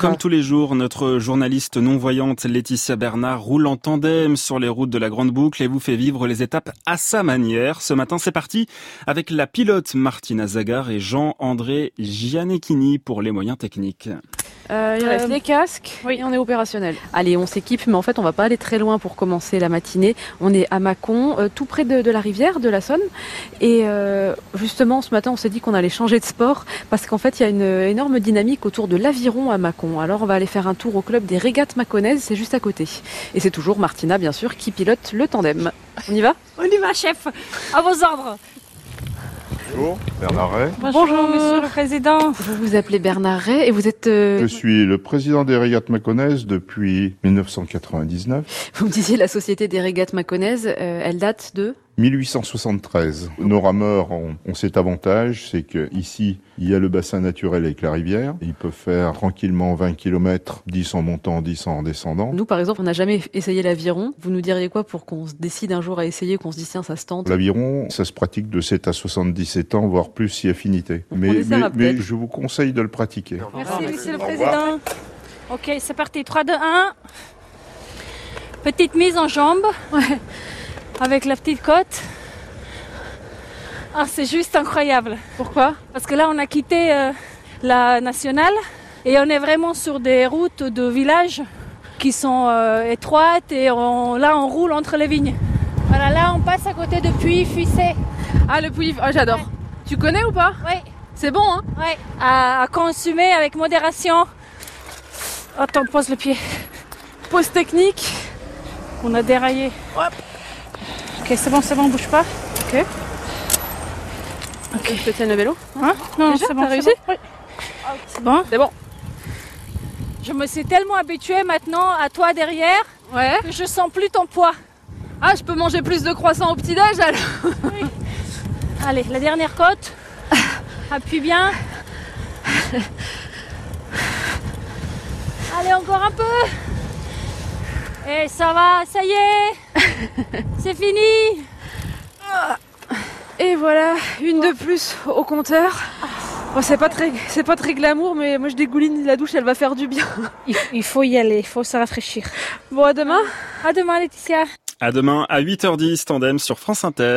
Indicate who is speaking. Speaker 1: Comme tous les jours, notre journaliste non-voyante Laetitia Bernard roule en tandem sur les routes de la Grande Boucle et vous fait vivre les étapes à sa manière. Ce matin, c'est parti avec la pilote Martina Zagar et Jean-André Gianecchini pour les moyens techniques.
Speaker 2: Euh, il reste les casques. Oui, on est opérationnel.
Speaker 3: Allez, on s'équipe, mais en fait, on va pas aller très loin pour commencer la matinée. On est à Mâcon, euh, tout près de, de, la rivière, de la Saône. Et euh, justement, ce matin, on s'est dit qu'on allait changer de sport parce qu'en fait, il y a une énorme dynamique autour de l'aviron à Mâcon. Alors, on va aller faire un tour au club des régates mâconnaises, c'est juste à côté. Et c'est toujours Martina, bien sûr, qui pilote le tandem. On y va
Speaker 4: On y va, chef À vos ordres
Speaker 5: Bonjour, Bernard Ray.
Speaker 4: Bonjour, Bonjour, Monsieur le Président.
Speaker 3: Vous vous appelez Bernard Ray et vous êtes... Euh...
Speaker 5: Je suis le président des régates mâconnaises depuis 1999.
Speaker 3: Vous me disiez la société des régates mâconnaises, euh, elle date de
Speaker 5: 1873. Nos rameurs ont, ont cet avantage, c'est que ici, il y a le bassin naturel avec la rivière. Ils peuvent faire tranquillement 20 km, 10 en montant, 10 en descendant.
Speaker 3: Nous, par exemple, on n'a jamais essayé l'aviron. Vous nous diriez quoi pour qu'on se décide un jour à essayer, qu'on se dise tiens, ça se tente
Speaker 5: L'aviron, ça se pratique de 7 à 77 ans, voire plus si affinité.
Speaker 3: Mais, mais,
Speaker 5: mais, je vous conseille de le pratiquer.
Speaker 4: Merci, Merci. Monsieur le Président. Ok, c'est parti. 3, 2, 1. Petite mise en jambe. Ouais avec la petite côte. Ah, c'est juste incroyable.
Speaker 3: Pourquoi
Speaker 4: Parce que là, on a quitté euh, la nationale et on est vraiment sur des routes de villages qui sont euh, étroites et on, là, on roule entre les vignes. Voilà, là, on passe à côté de Puy Fuissé.
Speaker 3: Ah, le Puy, oh, j'adore. Ouais. Tu connais ou pas
Speaker 4: Oui.
Speaker 3: C'est bon, hein
Speaker 4: Oui. À, à consommer avec modération. Oh, Attends, pose le pied.
Speaker 3: Pause technique.
Speaker 4: On a déraillé. Hop. Ok, c'est bon, c'est bon, bouge pas.
Speaker 3: Ok. Ok. Je tiens le vélo.
Speaker 4: Hein non, c'est bon.
Speaker 3: T'as réussi
Speaker 4: bon. Ah, Oui. C'est bon.
Speaker 3: C'est bon.
Speaker 4: Je me suis tellement habituée maintenant à toi derrière
Speaker 3: ouais.
Speaker 4: que je sens plus ton poids.
Speaker 3: Ah, je peux manger plus de croissants au petit-déj alors
Speaker 4: Oui. Allez, la dernière côte. Appuie bien. Allez, encore un peu. Et ça va, ça y est C'est fini
Speaker 3: Et voilà, une de plus au compteur. Bon, c'est pas très, c'est pas très glamour, mais moi je dégouline la douche, elle va faire du bien.
Speaker 4: Il faut y aller, il faut se rafraîchir.
Speaker 3: Bon, à demain.
Speaker 4: À demain, Laetitia.
Speaker 1: À demain à 8h10, tandem sur France Inter.